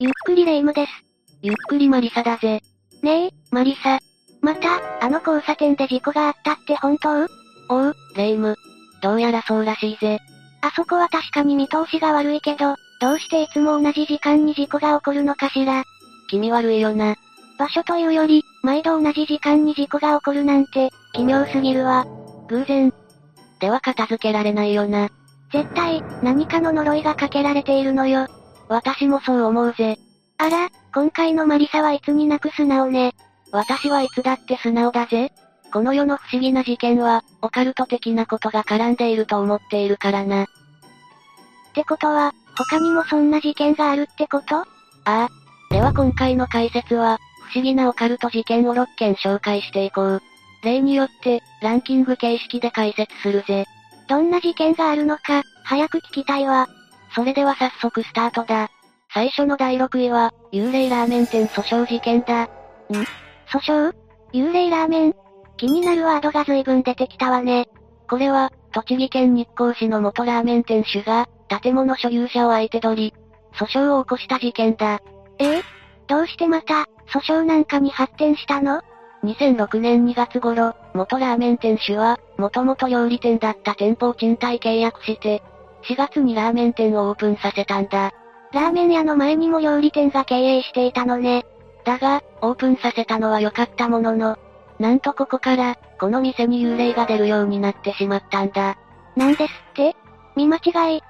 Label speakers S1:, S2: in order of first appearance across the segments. S1: ゆっくりレ夢ムです。
S2: ゆっくりマリサだぜ。
S1: ねえ、マリサ。また、あの交差点で事故があったって本当
S2: おう、レ夢ム。どうやらそうらしいぜ。
S1: あそこは確かに見通しが悪いけど、どうしていつも同じ時間に事故が起こるのかしら。
S2: 気味悪いよな。
S1: 場所というより、毎度同じ時間に事故が起こるなんて、奇妙すぎるわ。
S2: 偶然。では片付けられないよな。
S1: 絶対、何かの呪いがかけられているのよ。
S2: 私もそう思うぜ。
S1: あら、今回のマリサはいつになく素直ね。
S2: 私はいつだって素直だぜ。この世の不思議な事件は、オカルト的なことが絡んでいると思っているからな。
S1: ってことは、他にもそんな事件があるってこと
S2: ああ。では今回の解説は、不思議なオカルト事件を6件紹介していこう。例によって、ランキング形式で解説するぜ。
S1: どんな事件があるのか、早く聞きたいわ。
S2: それでは早速スタートだ。最初の第6位は、幽霊ラーメン店訴訟事件だ。ん
S1: 訴訟幽霊ラーメン気になるワードが随分出てきたわね。
S2: これは、栃木県日光市の元ラーメン店主が、建物所有者を相手取り、訴訟を起こした事件だ。
S1: ええどうしてまた、訴訟なんかに発展したの
S2: ?2006 年2月頃、元ラーメン店主は、もともと料理店だった店舗を賃貸契約して、4月にラーメン店をオープンさせたんだ。
S1: ラーメン屋の前にも料理店が経営していたのね。
S2: だが、オープンさせたのは良かったものの、なんとここから、この店に幽霊が出るようになってしまったんだ。
S1: なんですって見間違い。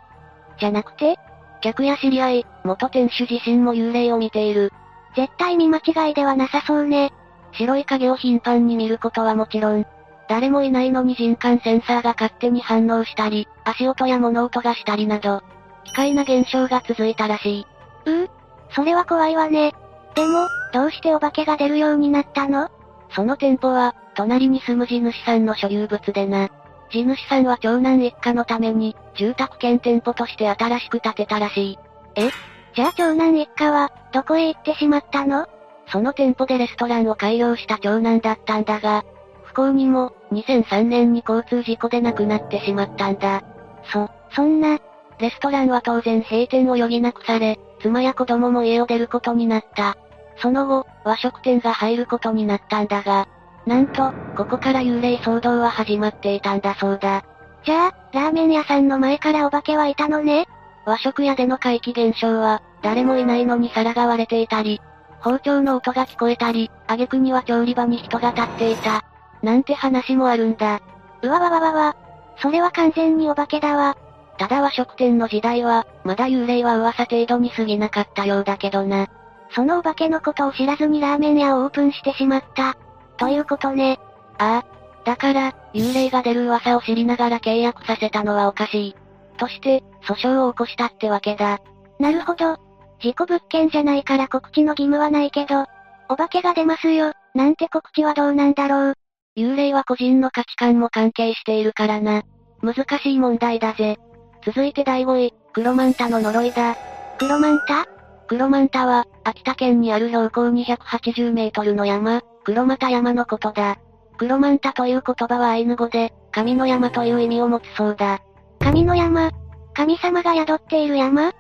S1: じゃなくて
S2: 客や知り合い、元店主自身も幽霊を見ている。
S1: 絶対見間違いではなさそうね。
S2: 白い影を頻繁に見ることはもちろん、誰もいないのに人感センサーが勝手に反応したり、足音や物音がしたりなど、奇怪な現象が続いたらしい。
S1: うう、それは怖いわね。でも、どうしてお化けが出るようになったの
S2: その店舗は、隣に住む地主さんの所有物でな。地主さんは長男一家のために、住宅兼店舗として新しく建てたらしい。
S1: えじゃあ長男一家は、どこへ行ってしまったの
S2: その店舗でレストランを開業した長男だったんだが、不幸にも、2003年に交通事故で亡くなってしまったんだ。
S1: そ、そんな、
S2: レストランは当然閉店を余儀なくされ、妻や子供も家を出ることになった。その後、和食店が入ることになったんだが、なんと、ここから幽霊騒動は始まっていたんだそうだ。
S1: じゃあ、ラーメン屋さんの前からお化けはいたのね
S2: 和食屋での怪奇現象は、誰もいないのに皿が割れていたり、包丁の音が聞こえたり、挙句には調理場に人が立っていた。なんて話もあるんだ。
S1: うわわわわわ。それは完全にお化けだわ。
S2: ただ和食店の時代は、まだ幽霊は噂程度に過ぎなかったようだけどな。
S1: そのお化けのことを知らずにラーメン屋をオープンしてしまった。ということね。
S2: ああ。だから、幽霊が出る噂を知りながら契約させたのはおかしい。として、訴訟を起こしたってわけだ。
S1: なるほど。事故物件じゃないから告知の義務はないけど、お化けが出ますよ、なんて告知はどうなんだろう。
S2: 幽霊は個人の価値観も関係しているからな。難しい問題だぜ。続いて第5位、黒マンタの呪いだ。
S1: 黒マンタ
S2: 黒マンタは、秋田県にある標高280メートルの山、黒又山のことだ。黒マンタという言葉はアイヌ語で、神の山という意味を持つそうだ。
S1: 神の山神様が宿っている山あ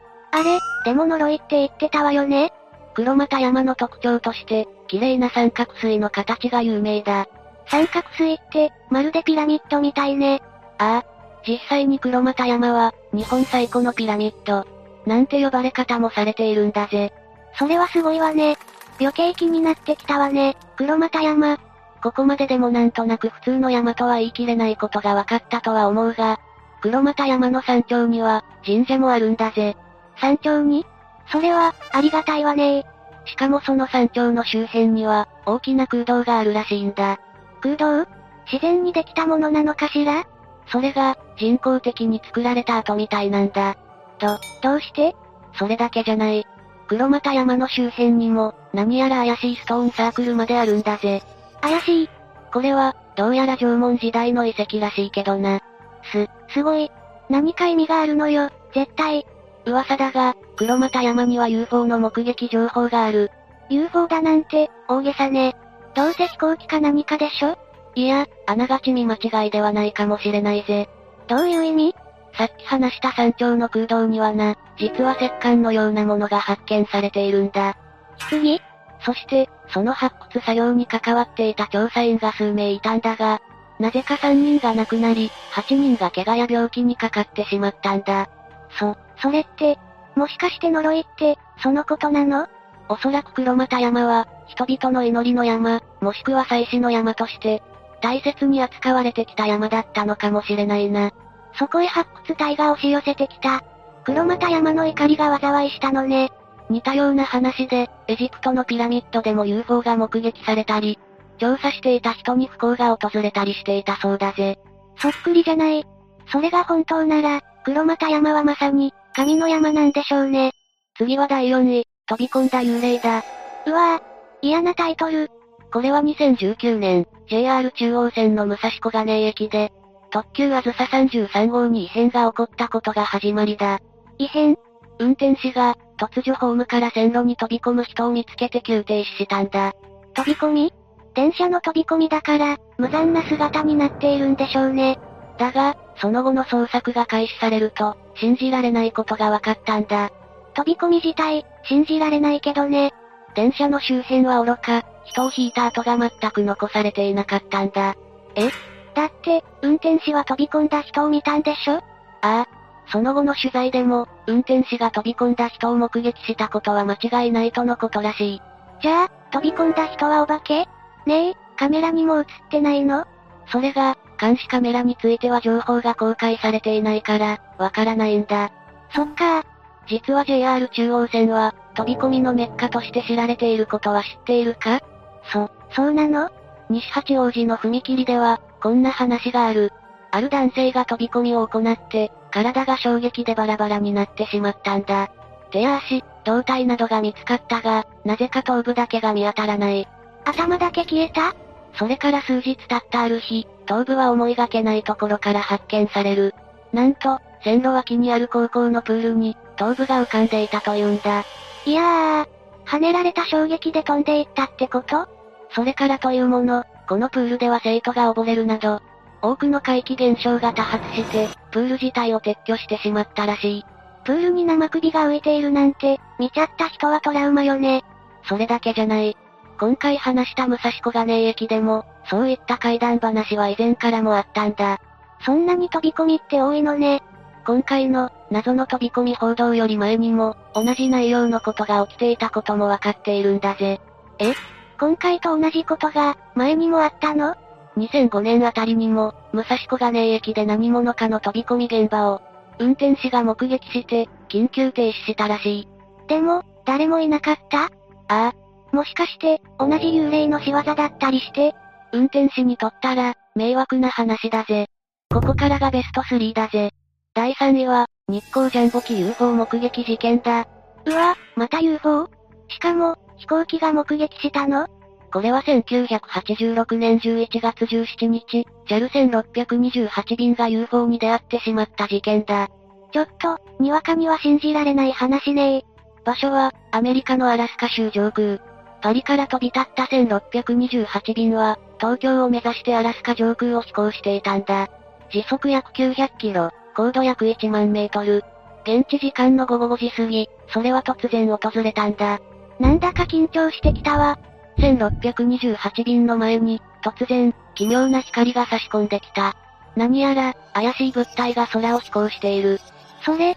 S1: れ、でも呪いって言ってたわよね
S2: 黒又山の特徴として、綺麗な三角錐の形が有名だ。
S1: 三角錐って、まるでピラミッドみたいね。
S2: ああ。実際に黒又山は、日本最古のピラミッド。なんて呼ばれ方もされているんだぜ。
S1: それはすごいわね。余計気になってきたわね、黒又山。
S2: ここまででもなんとなく普通の山とは言い切れないことが分かったとは思うが、黒又山の山頂には、神社もあるんだぜ。
S1: 山頂にそれは、ありがたいわね
S2: しかもその山頂の周辺には、大きな空洞があるらしいんだ。
S1: 空洞自然にできたものなのかしら
S2: それが、人工的に作られた後みたいなんだ。
S1: と、どうして
S2: それだけじゃない。黒又山の周辺にも、何やら怪しいストーンサークルまであるんだぜ。
S1: 怪しい
S2: これは、どうやら縄文時代の遺跡らしいけどな。
S1: す、すごい。何か意味があるのよ、絶対。
S2: 噂だが、黒又山には UFO の目撃情報がある。
S1: UFO だなんて、大げさね。どうせ飛行機か何かでしょ
S2: いや、あながち見間違いではないかもしれないぜ。
S1: どういう意味
S2: さっき話した山頂の空洞にはな、実は石棺のようなものが発見されているんだ。
S1: 棺
S2: そして、その発掘作業に関わっていた調査員が数名いたんだが、なぜか3人が亡くなり、8人が怪我や病気にかかってしまったんだ。そ、
S1: それって、もしかして呪いって、そのことなの
S2: おそらく黒又山は、人々の祈りの山、もしくは祭祀の山として、大切に扱われてきた山だったのかもしれないな。
S1: そこへ発掘隊が押し寄せてきた。黒又山の怒りが災いしたのね。
S2: 似たような話で、エジプトのピラミッドでも UFO が目撃されたり、調査していた人に不幸が訪れたりしていたそうだぜ。
S1: そっくりじゃない。それが本当なら、黒又山はまさに、神の山なんでしょうね。
S2: 次は第4位、飛び込んだ幽霊だ。
S1: うわぁ、嫌なタイトル。
S2: これは2019年、JR 中央線の武蔵小金井駅で、特急あずさ33号に異変が起こったことが始まりだ。
S1: 異変
S2: 運転士が、突如ホームから線路に飛び込む人を見つけて急停止したんだ。
S1: 飛び込み電車の飛び込みだから、無残な姿になっているんでしょうね。
S2: だが、その後の捜索が開始されると、信じられないことが分かったんだ。
S1: 飛び込み自体、信じられないけどね。
S2: 電車の周辺は愚か、人を引いた跡が全く残されていなかったんだ。
S1: だって、運転士は飛び込んだ人を見たんでしょ
S2: ああ、その後の取材でも、運転士が飛び込んだ人を目撃したことは間違いないとのことらしい。
S1: じゃあ、飛び込んだ人はお化けねえ、カメラにも映ってないの
S2: それが、監視カメラについては情報が公開されていないから、わからないんだ。
S1: そっか
S2: 実は JR 中央線は、飛び込みのメッカとして知られていることは知っているかそ、
S1: そうなの
S2: 西八王子の踏切では、こんな話がある。ある男性が飛び込みを行って、体が衝撃でバラバラになってしまったんだ。手や足、胴体などが見つかったが、なぜか頭部だけが見当たらない。
S1: 頭だけ消えた
S2: それから数日経ったある日、頭部は思いがけないところから発見される。なんと、線路脇にある高校のプールに、頭部が浮かんでいたというんだ。
S1: いやー、跳ねられた衝撃で飛んでいったってこと
S2: それからというもの、このプールでは生徒が溺れるなど、多くの怪奇現象が多発して、プール自体を撤去してしまったらしい。
S1: プールに生首が浮いているなんて、見ちゃった人はトラウマよね。
S2: それだけじゃない。今回話した武蔵小金井駅でも、そういった怪談話は以前からもあったんだ。
S1: そんなに飛び込みって多いのね。
S2: 今回の、謎の飛び込み報道より前にも、同じ内容のことが起きていたこともわかっているんだぜ。
S1: 今回と同じことが、前にもあったの
S2: 2005年あたりにも、武蔵小金井駅で何者かの飛び込み現場を、運転士が目撃して、緊急停止したらしい。
S1: でも、誰もいなかった
S2: ああ、
S1: もしかして、同じ幽霊の仕業だったりして、
S2: 運転士にとったら、迷惑な話だぜ。ここからがベスト3だぜ。第3位は、日光ジャンボ機 UFO 目撃事件だ。
S1: うわ、また UFO? しかも、飛行機が目撃したの
S2: これは1986年11月17日、JAL1628 便が UFO に出会ってしまった事件だ。
S1: ちょっと、にわかには信じられない話ねえ。
S2: 場所は、アメリカのアラスカ州上空。パリから飛び立った1628便は、東京を目指してアラスカ上空を飛行していたんだ。時速約900キロ、高度約1万メートル。現地時間の午後5時過ぎ、それは突然訪れたんだ。
S1: なんだか緊張してきたわ。
S2: 1628便の前に、突然、奇妙な光が差し込んできた。何やら、怪しい物体が空を飛行している。
S1: それ、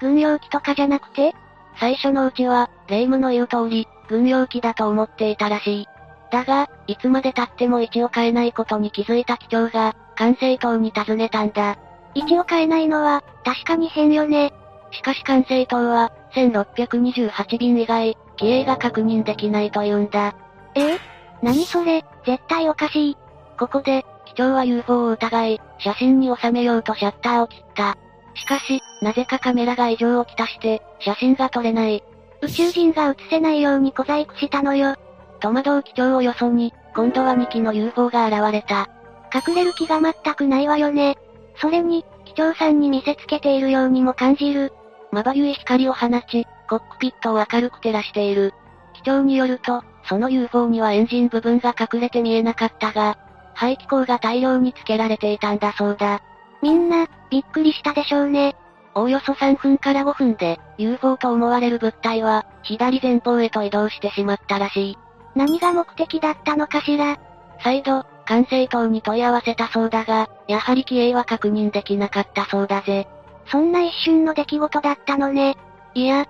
S1: 軍用機とかじゃなくて、
S2: 最初のうちは、霊夢の言う通り、軍用機だと思っていたらしい。だが、いつまで経っても位置を変えないことに気づいた機長が、管制塔に尋ねたんだ。
S1: 位置を変えないのは、確かに変よね。
S2: しかし管制塔は、1628便以外、機影が確認できないというんだ。
S1: ええ何それ、絶対おかしい。
S2: ここで、機長は UFO を疑い、写真に収めようとシャッターを切った。しかし、なぜかカメラが異常をきたして、写真が撮れない。
S1: 宇宙人が映せないように小細工したのよ。
S2: 戸惑う機長をよそに、今度は2機の UFO が現れた。
S1: 隠れる気が全くないわよね。それに、機長さんに見せつけているようにも感じる。
S2: まばゆい光を放ち、コックピットを明るく照らしている。機長によると、その UFO にはエンジン部分が隠れて見えなかったが、排気口が大量につけられていたんだそうだ。
S1: みんな、びっくりしたでしょうね。
S2: おおよそ3分から5分で、UFO と思われる物体は、左前方へと移動してしまったらしい。
S1: 何が目的だったのかしら。
S2: 再度、管制塔に問い合わせたそうだが、やはり機影は確認できなかったそうだぜ。
S1: そんな一瞬の出来事だったのね。
S2: いや、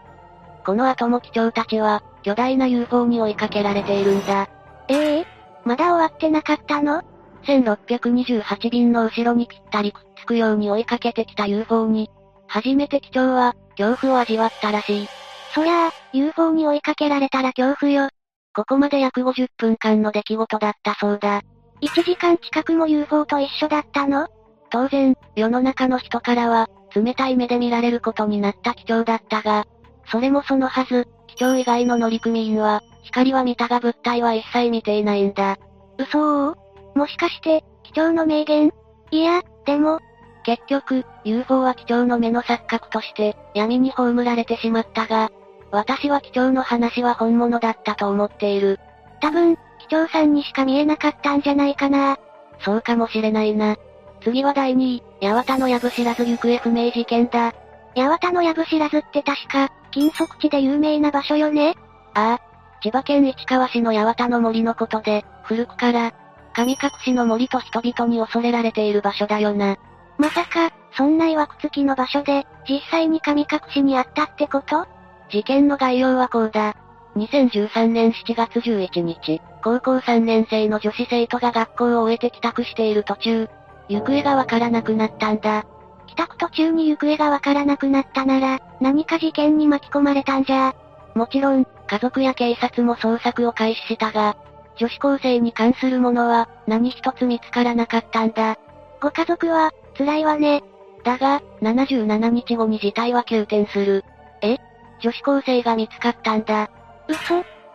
S2: この後も機長たちは、巨大な UFO に追いかけられているんだ。
S1: ええまだ終わってなかったの
S2: 1628便の後ろにぴったりくっつくように追いかけてきた UFO に、初めて機長は、恐怖を味わったらしい。
S1: そりゃあ、UFO に追いかけられたら恐怖よ。
S2: ここまで約50分間の出来事だったそうだ。
S1: 1時間近くも UFO と一緒だったの
S2: 当然、世の中の人からは、冷たい目で見られることになった機長だったが、それもそのはず、機長以外の乗組員は、光は見たが物体は一切見ていないんだ。
S1: 嘘をもしかして、機長の名言いや、でも、
S2: 結局、UFO は機長の目の錯覚として、闇に葬られてしまったが、私は機長の話は本物だったと思っている。
S1: 多分、機長さんにしか見えなかったんじゃないかな。
S2: そうかもしれないな。次は第2位、八幡の藪知らず行方不明事件だ。
S1: 八幡の藪知らずって確か、金属地で有名な場所よね
S2: ああ、千葉県市川市の八幡の森のことで、古くから、神隠しの森と人々に恐れられている場所だよな。
S1: まさか、そんな曰くつきの場所で、実際に神隠しにあったってこと
S2: 事件の概要はこうだ。2013年7月11日、高校3年生の女子生徒が学校を終えて帰宅している途中、行方がわからなくなったんだ。
S1: 帰宅途中に行方がわからなくなったなら、何か事件に巻き込まれたんじゃ。
S2: もちろん、家族や警察も捜索を開始したが、女子高生に関するものは、何一つ見つからなかったんだ。
S1: ご家族は、辛いわね。
S2: だが、77日後に事態は急転する。え女子高生が見つかったんだ。
S1: 嘘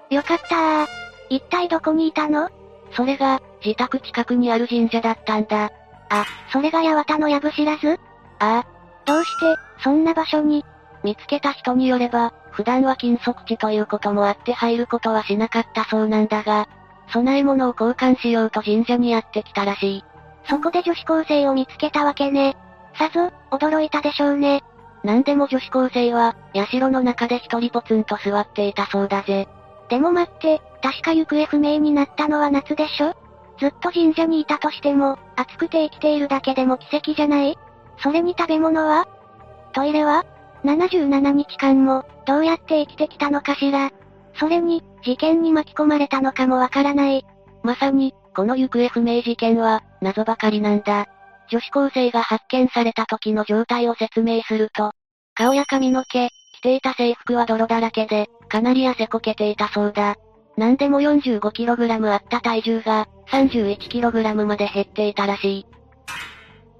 S1: よかったー。一体どこにいたの
S2: それが、自宅近くにある神社だったんだ。
S1: それが八幡の藪知らず
S2: ああ、
S1: どうして、そんな場所に、
S2: 見つけた人によれば、普段は禁足地ということもあって入ることはしなかったそうなんだが、供え物を交換しようと神社にやってきたらしい。
S1: そこで女子高生を見つけたわけね。さぞ、驚いたでしょうね。
S2: なんでも女子高生は、社の中で一人ぽつんと座っていたそうだぜ。
S1: でも待って、確か行方不明になったのは夏でしょずっと神社にいたとしても、暑くて生きているだけでも奇跡じゃないそれに食べ物はトイレは ?77 日間も、どうやって生きてきたのかしらそれに、事件に巻き込まれたのかもわからない。
S2: まさに、この行方不明事件は、謎ばかりなんだ。女子高生が発見された時の状態を説明すると、顔や髪の毛、着ていた制服は泥だらけで、かなり痩せこけていたそうだ。なんでも 45kg あった体重が、31kg まで減っていたらしい。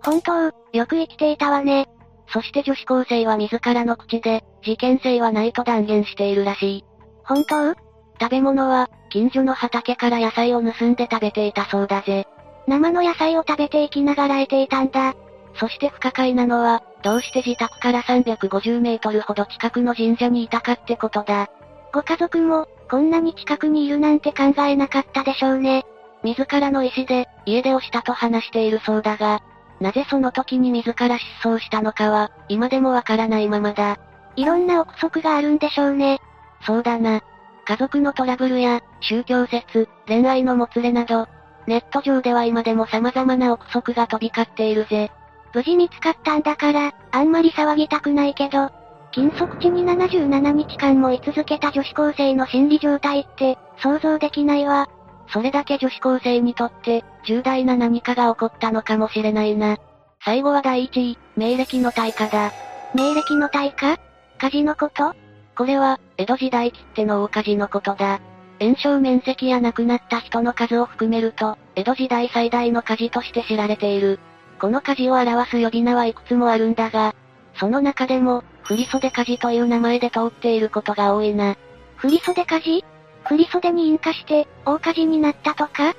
S1: 本当、よく生きていたわね。
S2: そして女子高生は自らの口で、事件性はないと断言しているらしい。
S1: 本当
S2: 食べ物は、近所の畑から野菜を盗んで食べていたそうだぜ。
S1: 生の野菜を食べて生きながら得ていたんだ。
S2: そして不可解なのは、どうして自宅から350メートルほど近くの神社にいたかってことだ。
S1: ご家族も、こんなに近くにいるなんて考えなかったでしょうね。
S2: 自らの意思で、家出をしたと話しているそうだが、なぜその時に自ら失踪したのかは、今でもわからないままだ。
S1: いろんな憶測があるんでしょうね。
S2: そうだな。家族のトラブルや、宗教説、恋愛のもつれなど、ネット上では今でも様々な憶測が飛び交っているぜ。
S1: 無事見つかったんだから、あんまり騒ぎたくないけど、禁足地に77日間も居続けた女子高生の心理状態って、想像できないわ。
S2: それだけ女子高生にとって、重大な何かが起こったのかもしれないな。最後は第1位、明暦の大火だ。
S1: 明暦の大火火事のこと
S2: これは、江戸時代きっての大火事のことだ。炎症面積や亡くなった人の数を含めると、江戸時代最大の火事として知られている。この火事を表す呼び名はいくつもあるんだが、その中でも、振袖火事という名前で通っていることが多いな。
S1: 振袖火事振袖に引火して、大火事になったとか
S2: 出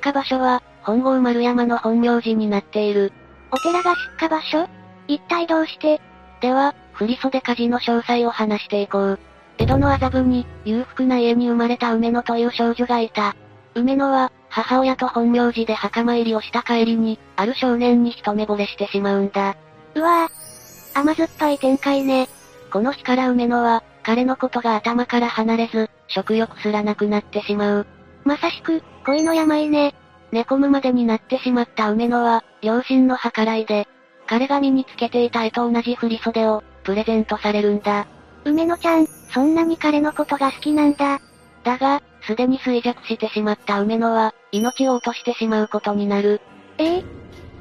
S2: 火場所は、本郷丸山の本名寺になっている。
S1: お寺が出火場所一体どうして、
S2: では、振袖火事の詳細を話していこう。江戸の麻布に、裕福な家に生まれた梅野という少女がいた。梅野は、母親と本名字で墓参りをした帰りに、ある少年に一目惚れしてしまうんだ。
S1: うわぁ。甘酸っぱい展開ね。
S2: この日から梅野は、彼のことが頭から離れず、食欲すらなくなってしまう。
S1: まさしく、恋の病ね。
S2: 寝込むまでになってしまった梅野は、両親の計らいで、彼が身につけていた絵と同じ振り袖を、プレゼントされるんだ。
S1: 梅野ちゃん、そんなに彼のことが好きなんだ。
S2: だが、すでに衰弱してしまった梅野は、命を落としてしまうことになる。
S1: ええ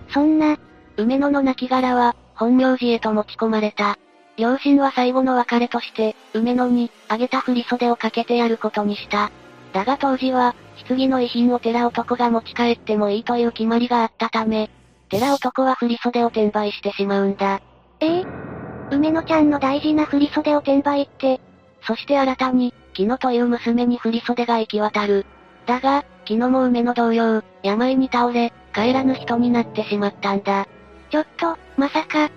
S1: そんな、
S2: 梅野の亡骸は、本名寺へと持ち込まれた。両親は最後の別れとして、梅野に、あげた振り袖をかけてやることにした。だが当時は、棺の遺品を寺男が持ち帰ってもいいという決まりがあったため、寺男は振り袖を転売してしまうんだ。
S1: ええ梅野ちゃんの大事な振り袖を転売って、
S2: そして新たに、木野という娘に振り袖が行き渡る。だが、木野も梅の同様、病に倒れ、帰らぬ人になってしまったんだ。
S1: ちょっと、まさか。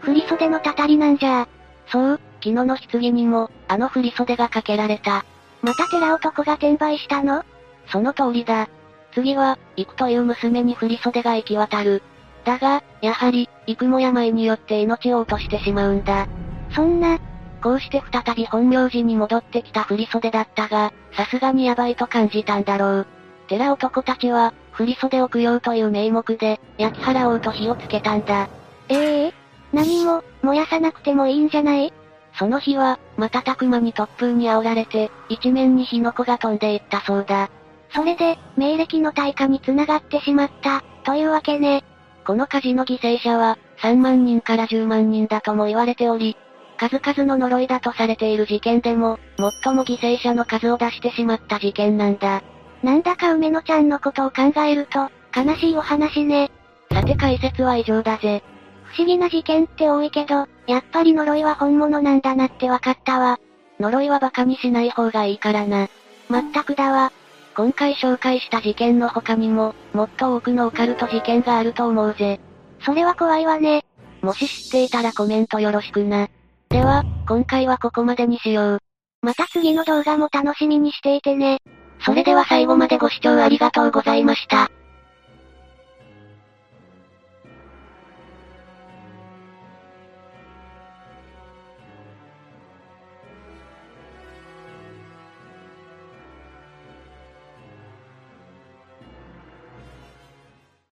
S1: 振り袖のたたりなんじゃあ。
S2: そう、木野の棺にも、あの振り袖がかけられた。
S1: また寺男が転売したの
S2: その通りだ。次は、行くという娘に振り袖が行き渡る。だが、やはり、行くも病によって命を落としてしまうんだ。
S1: そんな、
S2: こうして再び本名寺に戻ってきた振り袖だったが、さすがにヤバいと感じたんだろう。寺男たちは、振り袖を供養という名目で、焼き払おうと火をつけたんだ。
S1: ええ何も、燃やさなくてもいいんじゃない
S2: その日は、瞬く間に突風に煽られて、一面に火の粉が飛んでいったそうだ。
S1: それで、明暦の大火に繋がってしまった、というわけね。
S2: この火事の犠牲者は、3万人から10万人だとも言われており、数々の呪いだとされている事件でも、最も犠牲者の数を出してしまった事件なんだ。
S1: なんだか梅野ちゃんのことを考えると、悲しいお話ね。
S2: さて解説は以上だぜ。
S1: 不思議な事件って多いけど、やっぱり呪いは本物なんだなってわかったわ。
S2: 呪いは馬鹿にしない方がいいからな。
S1: まったくだわ。
S2: 今回紹介した事件の他にも、もっと多くのオカルト事件があると思うぜ。
S1: それは怖いわね。
S2: もし知っていたらコメントよろしくな。では、今回はここまでにしよう。
S1: また次の動画も楽しみにしていてね。
S2: それでは最後までご視聴ありがとうございました。